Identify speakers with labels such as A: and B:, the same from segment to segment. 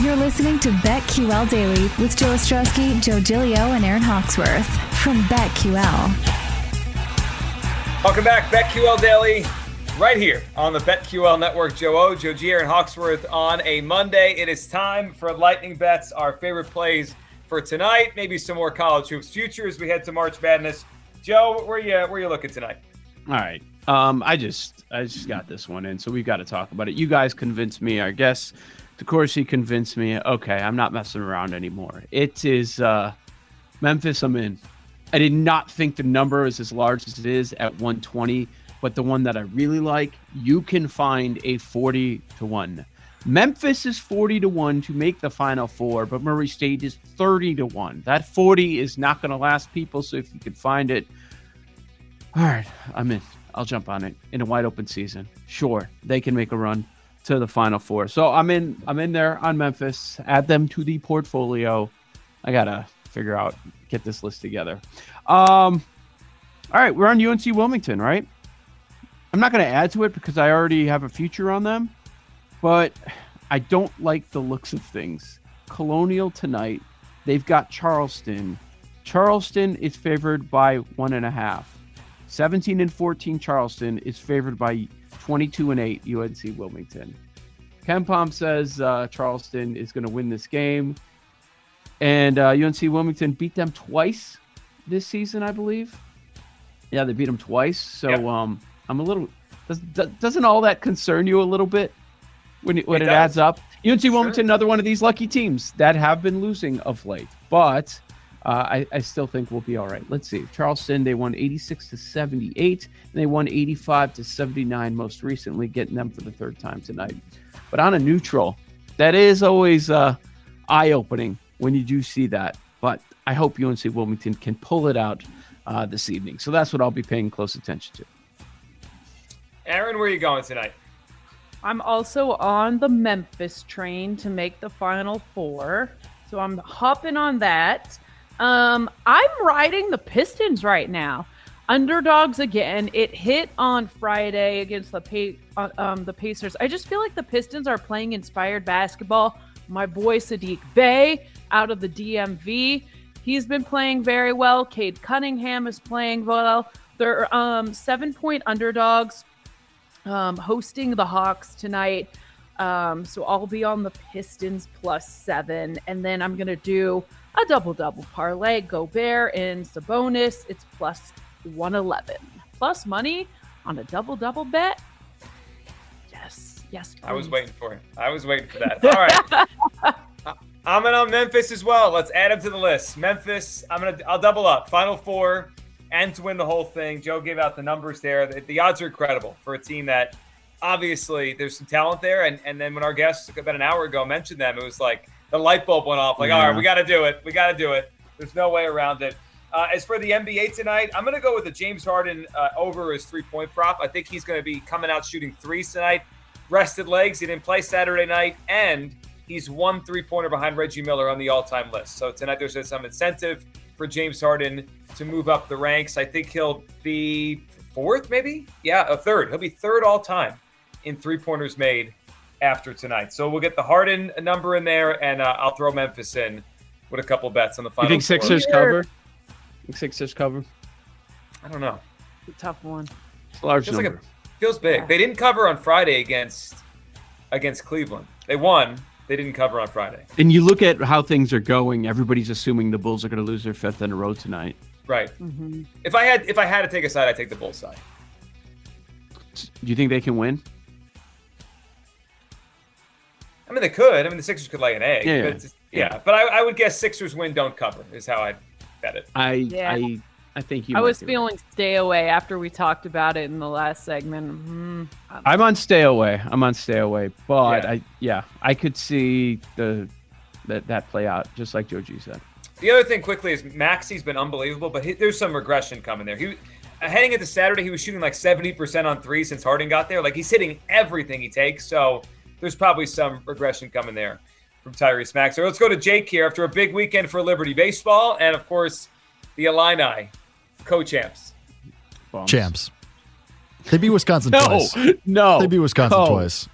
A: You're listening to BetQL Daily with Joe Ostrowski, Joe Gilio, and Aaron Hawksworth from BetQL.
B: Welcome back, BetQL Daily, right here on the BetQL Network. Joe O, Joe G, Aaron Hawksworth on a Monday. It is time for Lightning Bets, our favorite plays for tonight. Maybe some more college hoops futures. We head to March Madness. Joe, where you where you looking tonight?
C: All right. Um, I just I just got this one in, so we've got to talk about it. You guys convinced me, I guess. Of course, he convinced me. Okay, I'm not messing around anymore. It is uh, Memphis. I'm in. I did not think the number is as large as it is at 120, but the one that I really like, you can find a 40 to one. Memphis is 40 to one to make the final four, but Murray State is 30 to one. That 40 is not going to last, people. So if you could find it, all right, I'm in. I'll jump on it in a wide open season. Sure, they can make a run to the final four. So I'm in. I'm in there on Memphis. Add them to the portfolio. I gotta figure out get this list together. Um, all right, we're on UNC Wilmington, right? I'm not gonna add to it because I already have a future on them, but I don't like the looks of things. Colonial tonight. They've got Charleston. Charleston is favored by one and a half. 17 and 14 Charleston is favored by 22 and 8 UNC Wilmington. Ken Palm says uh, Charleston is going to win this game, and uh, UNC Wilmington beat them twice this season, I believe. Yeah, they beat them twice. So
B: Yeah.
C: um, I'm a little. Does, do- doesn't all that concern you a little bit when it, when
B: It
C: it,
B: does.
C: adds up? UNC Wilmington,
B: Sure.
C: another one of these lucky teams that have been losing of late, but uh, I, I still think we'll be all right. Let's see. Charleston, they won 86 to 78, and they won 85 to 79 most recently, getting them for the third time tonight. But on a neutral, that is always uh, eye opening when you do see that. But I hope UNC Wilmington can pull it out uh, this evening. So that's what I'll be paying close attention to.
B: Aaron, where you going tonight?
D: I'm also on the Memphis train to make the final four. So I'm hopping on that. Um, I'm riding the Pistons right now. Underdogs again. It hit on Friday against the pa- uh, um, the Pacers. I just feel like the Pistons are playing inspired basketball. My boy Sadiq Bey out of the DMV. He's been playing very well. Cade Cunningham is playing well. They're um, seven point underdogs um, hosting the Hawks tonight. Um, so I'll be on the Pistons plus seven, and then I'm gonna do a double double parlay. Gobert and Sabonis. It's plus one eleven. Plus money on a double double bet. Yes, yes.
B: I was
D: please.
B: waiting for it. I was waiting for that. All right. I- I'm in on Memphis as well. Let's add them to the list. Memphis, I'm gonna I'll double up. Final four and to win the whole thing. Joe gave out the numbers there. The, the odds are incredible for a team that obviously there's some talent there. And and then when our guest about an hour ago mentioned them, it was like the light bulb went off. Like, all right,
C: Yeah.
B: we gotta do it. We gotta do it. There's no way around it. Uh, as for the NBA tonight, I'm going to go with the James Harden uh, over his three point prop. I think he's going to be coming out shooting threes tonight. Rested legs. He didn't play Saturday night. And he's one three pointer behind Reggie Miller on the all time list. So tonight there's some incentive for James Harden to move up the ranks. I think he'll be fourth, maybe? Yeah, a third. He'll be third all time in three pointers made after tonight. So we'll get the Harden number in there, and uh, I'll throw Memphis in with a couple bets on the final.
C: You think
B: four.
C: Sixers cover? Think Sixers cover?
B: I don't know.
D: tough one.
C: It's a large
B: Feels like
C: number.
B: a feels big. They didn't cover on Friday against against Cleveland. They won, They didn't cover on Friday.
C: And you look at how things are going. Everybody's assuming the Bulls are going to lose their fifth in a row tonight.
B: Right.
D: Mm-hmm.
B: If I had if I had to take a side, I'd take the Bulls side.
C: Do you think they can win?
B: I mean, they could. I mean, the Sixers could lay an egg.
C: Yeah,
B: but
C: yeah.
B: it's just- yeah. But I, I would guess Sixers win, don't cover is how I'd bet it.
C: I
D: Yeah.
C: I I think you.
D: I
C: might
D: was
C: be right.
D: feeling stay away after we talked about it in the last segment. Hmm.
C: I'm on stay away. I'm on stay away. But
B: Yeah.
C: I yeah, I could see the that that play out just like Joji said.
B: The other thing quickly is Maxi's been unbelievable, but he, there's some regression coming there. He uh, heading into Saturday, he was shooting like 70% on three since Harden got there. Like he's hitting everything he takes. So there's probably some regression coming there from Tyrese Maxey. So let's go to Jake here after a big weekend for Liberty baseball and of course the Illini co-champs.
C: Bums.
E: Champs. They beat Wisconsin
C: No,
E: twice.
C: no.
E: They beat Wisconsin
C: no.
E: twice.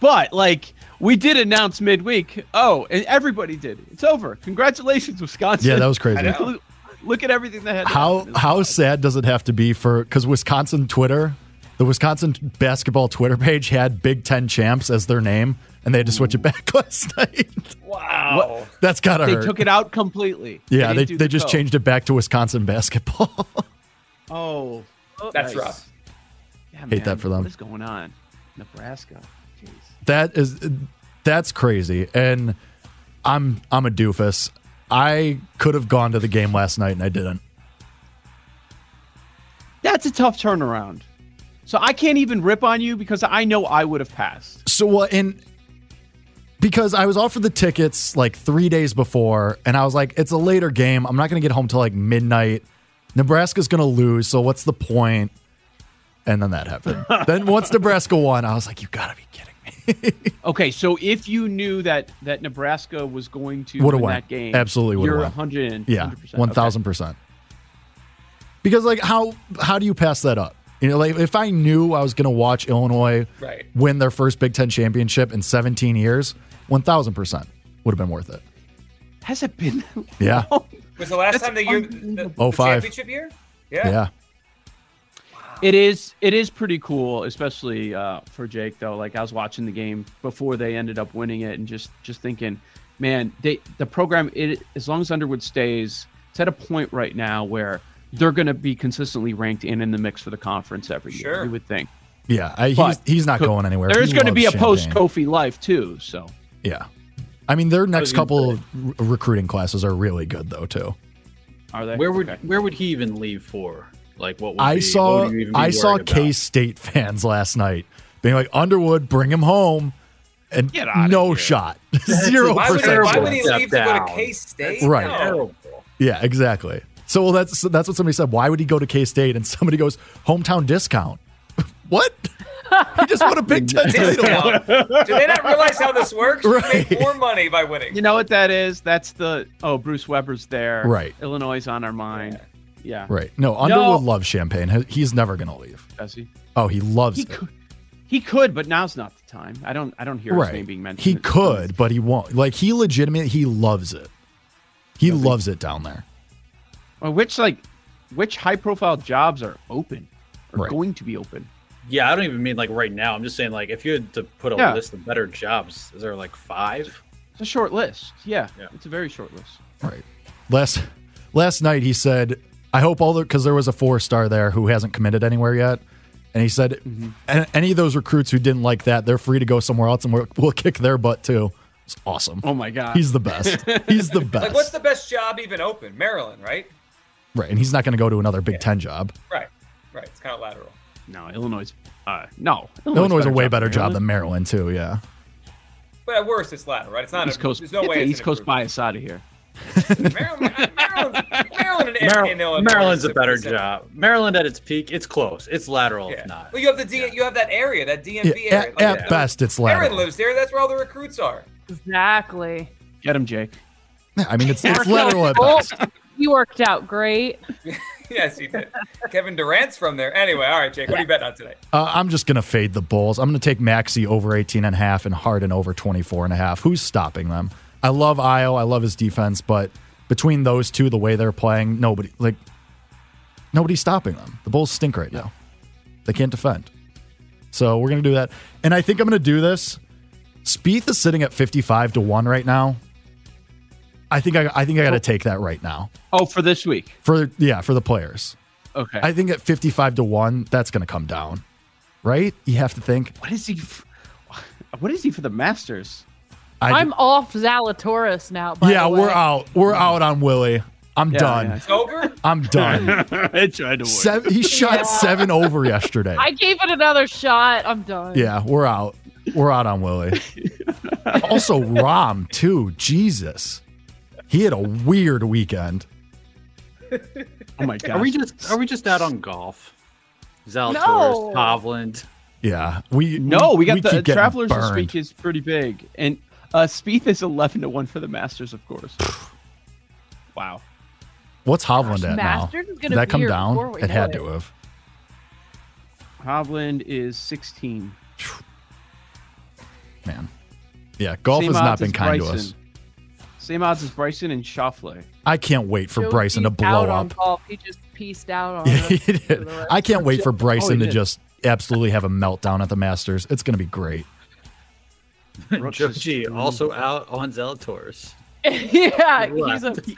C: But like we did announce midweek. Oh, and everybody did. It's over. Congratulations, Wisconsin.
E: Yeah, that was crazy.
C: Look, look at everything that had
E: How
C: happened.
E: how sad does it have to be for because Wisconsin Twitter, the Wisconsin basketball Twitter page had Big Ten champs as their name, and they had to switch it back last night.
B: Wow.
E: That's gotta
C: they
E: hurt.
C: took it out completely.
E: yeah, they,
C: didn't
E: they,
C: do the
E: just
C: vote.
E: changed it back to Wisconsin basketball.
C: Oh,
B: That's
C: nice.
B: rough.
C: Yeah,
E: Hate that
C: man,
E: for them.
C: What is going on, Nebraska? Jeez.
E: that is that's crazy, and I'm I'm a doofus. I could have gone to the game last night and I didn't.
C: That's a tough turnaround. So I can't even rip on you because I know I would have passed.
E: So what? and because I was offered the tickets like three days before, and I was like, it's a later game. I'm not going to get home till like midnight. Nebraska's going to lose, so what's the point? And then that happened. then once Nebraska won, I was like, you got to be kidding me.
C: Okay, so if you knew that that Nebraska was going to
E: Would've
C: win
E: won.
C: that game,
E: Absolutely would've
C: you're
E: won.
C: 100,
E: yeah,
C: 100%.
E: one
C: Okay.
E: thousand percent. Because like how how do you pass that up? You know, like if I knew I was going to watch Illinois
B: Right.
E: win their first Big Ten championship in 17 years, 1,000 percent would have been worth it.
C: Has it been? that
E: Yeah.
C: long?
B: Was the last
C: That's
B: time they year the, the
E: Oh, five.
B: championship year?
E: Yeah.
C: It is. It is pretty cool, especially uh, for Jake. Though, like I was watching the game before they ended up winning it, and just just thinking, man, they the program. It as long as Underwood stays, it's at a point right now where they're going to be consistently ranked in in the mix for the conference every
B: Sure.
C: year. You would think
E: Yeah, I, he's
C: But-
E: he's not
C: Co-
E: going anywhere.
C: there is
E: He
C: going to be a
E: loves
C: post
E: Champagne.
C: Kofi life too. So
E: Yeah, I mean their next
F: you-
E: couple of r- recruiting classes are really good though too.
C: are they?
F: Where would
C: Okay.
F: where would he even leave for? Like what? Would
E: I
F: be- what
E: saw
F: would you even be
E: I saw
F: worried about?
E: K State fans last night being like Underwood, bring him home, and
C: Get outta
E: no
C: here.
E: shot, zero
B: Why would, he,
E: percent.
B: why would he
E: chance.
F: Step
B: leave to go to
F: down.
B: K State?
E: Oh, Right.
F: Terrible.
E: Yeah, exactly. So well, that's so that's what somebody said. Why would he go to K State? And somebody goes hometown discount. what? he just won a Big Ten title.
B: Discount. Do they not realize how this works? You
E: Right.
B: make more money by winning.
C: You know what that is? That's the oh Bruce Weber's there.
E: Right.
C: Illinois is on our mind. Yeah.
E: Right? No, Underwood loves Champagne. He's never gonna leave.
C: Does he?
E: Oh, he loves
C: He
E: it.
C: could. He could, but now's not the time. I don't. I don't hear his name being mentioned.
E: He could, but he won't. Like he legitimately he loves it. He loves it down there.
C: Or which like, which high-profile jobs are open, or
E: Right.
C: going to be open?
F: Yeah, I don't even mean like right now. I'm just saying like if you had to put a
C: Yeah.
F: list of better jobs, is there like five?
C: It's a short list. Yeah,
F: Yeah.
C: it's a very short list.
E: Right. Last last night he said, "I hope all the because there was a four star there who hasn't committed anywhere yet." And he said, "A- "Any of those recruits who didn't like that, they're free to go somewhere else, and we'll, we'll kick their butt too." It's awesome.
C: Oh my god.
E: He's the best. He's the best.
B: Like, what's the best job even open? Maryland, right?
E: right, and he's not going to go to another Big Ten job.
B: Right, right. It's kind of lateral.
C: no Illinois. Uh, no.
E: Illinois is a way better job
C: Maryland.
E: than Maryland too. Yeah.
B: But at worst, it's lateral, right? It's not.
C: East
B: a,
C: Coast.
B: There's no
C: get
B: way.
C: the
B: it's
C: East
B: an
C: Coast
B: improvement.
C: bias out of here.
B: Maryland, Maryland, Maryland, and,
F: Mar-
B: and Illinois.
F: Maryland's
B: is
F: a better
B: is
F: job. Maryland at its peak, it's close. It's lateral
B: Yeah.
F: if not.
B: Well, you have the D, you have that area, that
E: Yeah,
B: DMV area.
E: at
B: Like,
E: at
B: the-
E: best, it's
B: Aaron
E: lateral.
B: lives there. That's where all the recruits are.
D: Exactly.
C: Get him, Jake.
E: Yeah, I mean, it's, it's
D: Markel
E: lateral at
D: Fultz,
E: best.
D: He worked out great.
B: yes, he did. Kevin Durant's from there. Anyway, all right, Jake. What are you betting on today?
E: Uh, I'm just going to fade the Bulls. I'm going to take Maxi over 18 and a half and Harden over 24 and a half. Who's stopping them? I love Io. I love his defense, but between those two, the way they're playing, nobody like nobody's stopping them. The Bulls stink right now. They can't defend. So we're going to do that. And I think I'm going to do this Spieth is sitting at 55 to 1 right now. I think I, I think I got to take that right now.
C: Oh, for this week.
E: For yeah, for the players.
C: Okay.
E: I think at 55 to 1, that's going to come down. Right? You have to think.
C: what is he? f- What is he for the Masters?
E: I,
D: I'm off Zalatoris now. By
E: yeah,
D: the way.
E: we're out. We're out on Willie. I'm
C: Yeah,
E: done.
C: yeah.
B: Ogre?
E: I'm done.
C: I tried to
E: Sev he shot 7 over yesterday.
D: I gave it another shot. I'm done.
E: Yeah, we're out. We're out on Willie. also, Rom too. Jesus, he had a weird weekend.
C: Oh my god.
F: Are we just are we just out on golf? Zalatoris,
D: No.
F: Hovland.
E: Yeah, we
C: No, we got the
E: keep getting
C: Travelers this
E: burned.
C: week is pretty big, and uh, Spieth is eleven to one for the Masters, of course. wow.
E: What's Hovland at now?
D: Masters is
E: Did
D: gonna
E: that
D: be
E: come
D: here
E: down?
D: before we
E: It
D: know
E: had
D: it.
E: to have.
C: Hovland is sixteen.
E: Man, yeah, golf
C: Same
E: has not
C: odds
E: been
C: as
E: kind to us.
C: Bryson. Same odds as Bryson and Schauffele.
E: I can't wait for
D: Joe
E: Bryson to
D: peaced
E: blow
D: out on
E: up.
D: golf. He just pieced out on.
E: Yeah,
D: us.
E: he did. I can't wait
D: Oh,
E: for Bryson to
C: did.
E: just absolutely have a meltdown at the Masters. It's going to be great.
C: Brooks is
F: Joji
C: doing-
F: also out on Zalatoris.
D: yeah, he's
F: Left.
D: upset.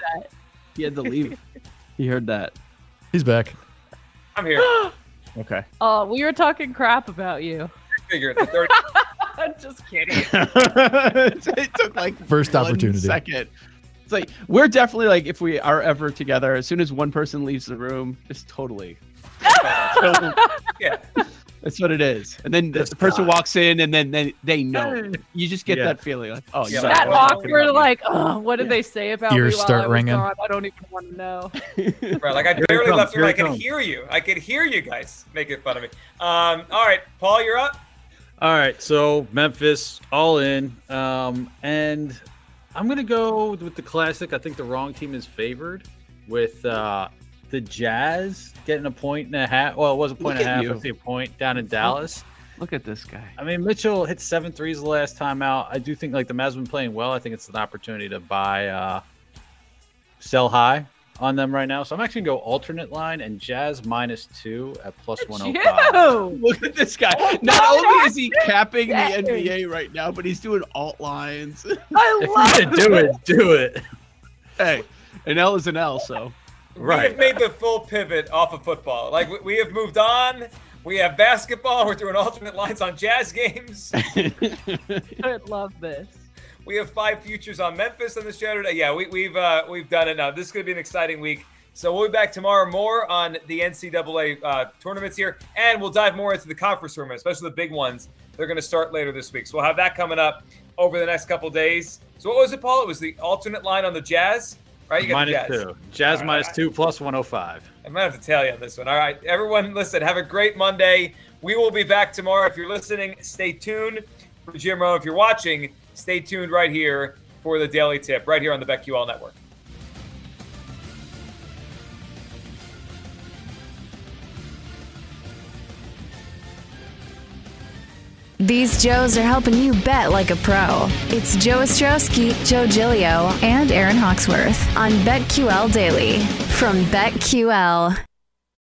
C: He had to leave. he heard that.
E: He's back.
B: I'm here.
C: Okay.
D: Oh, we were talking crap about you.
B: Figure it. The 30
D: I'm just kidding.
C: it took like
E: First
C: one
E: opportunity.
C: Second. It's like we're definitely like if we are ever together, as soon as one person leaves the room, just totally.
B: Yeah.
C: That's what it is. And then the,
F: That's
C: the person
F: not-
C: walks in and then they, they know. You just get
F: Yeah.
C: that feeling like, oh,
B: Yeah,
C: yeah.
D: that
B: we're talking
D: awkward,
B: about
D: like, oh, what did they say about
E: Ears
D: me while
E: start
D: I was
E: ringing.
D: gone? I don't even want to know.
B: Right, like I
F: it
B: barely
F: comes,
B: left the
F: here
B: room.
F: it
B: I could
F: comes.
B: hear you. I could hear you guys making fun of me. Um, all right, Paul, you're up.
F: All right, so Memphis all in, um, and I'm gonna go with the classic. I think the wrong team is favored, with uh, the Jazz getting a point and a half. Well, it was a point
C: Look
F: and a
C: at
F: half.
C: you.
F: Let's say a point down in Dallas.
C: Look at this guy.
F: I mean, Mitchell hit seven threes the last time out. I do think like the Mavs have been playing well. I think it's an opportunity to buy, uh, sell high on them right now. So I'm actually gonna go alternate line and Jazz minus two at plus one hundred five.
D: Ew.
C: Look at this guy. Not only is he capping the NBA right now, but he's doing alt lines.
D: I
B: oh
F: If you're
D: love
F: gonna do it, do it.
C: hey, an L is an L, so.
B: We have made the full pivot off of football. Like we, we have moved on. We have basketball. We're doing alternate lines on jazz games.
D: I love this.
B: We have five futures on Memphis on this show today. Yeah, we, we've uh, we've done it now. This is going to be an exciting week. So we'll be back tomorrow more on the NCAA uh, tournaments here, and we'll dive more into the conference tournament, especially the big ones. They're going to start later this week, so we'll have that coming up over the next couple days. So what was it, Paul? It was the alternate line on the Jazz, right? You got the
F: Minus
B: Jazz.
F: two. Jazz
B: All
F: minus
B: right.
F: two plus one hundred five.
B: I might have to tell you on this one. All right, everyone, listen. Have a great Monday. We will be back tomorrow. If you're listening, stay tuned. For Jim Rowe, if you're watching, stay tuned right here for the Daily Tip, right here on the BetQL Network.
A: These Joes are helping you bet like a pro. It's Joe Ostrowski, Joe Gilio, and Aaron Hawksworth on BetQL Daily from BetQL.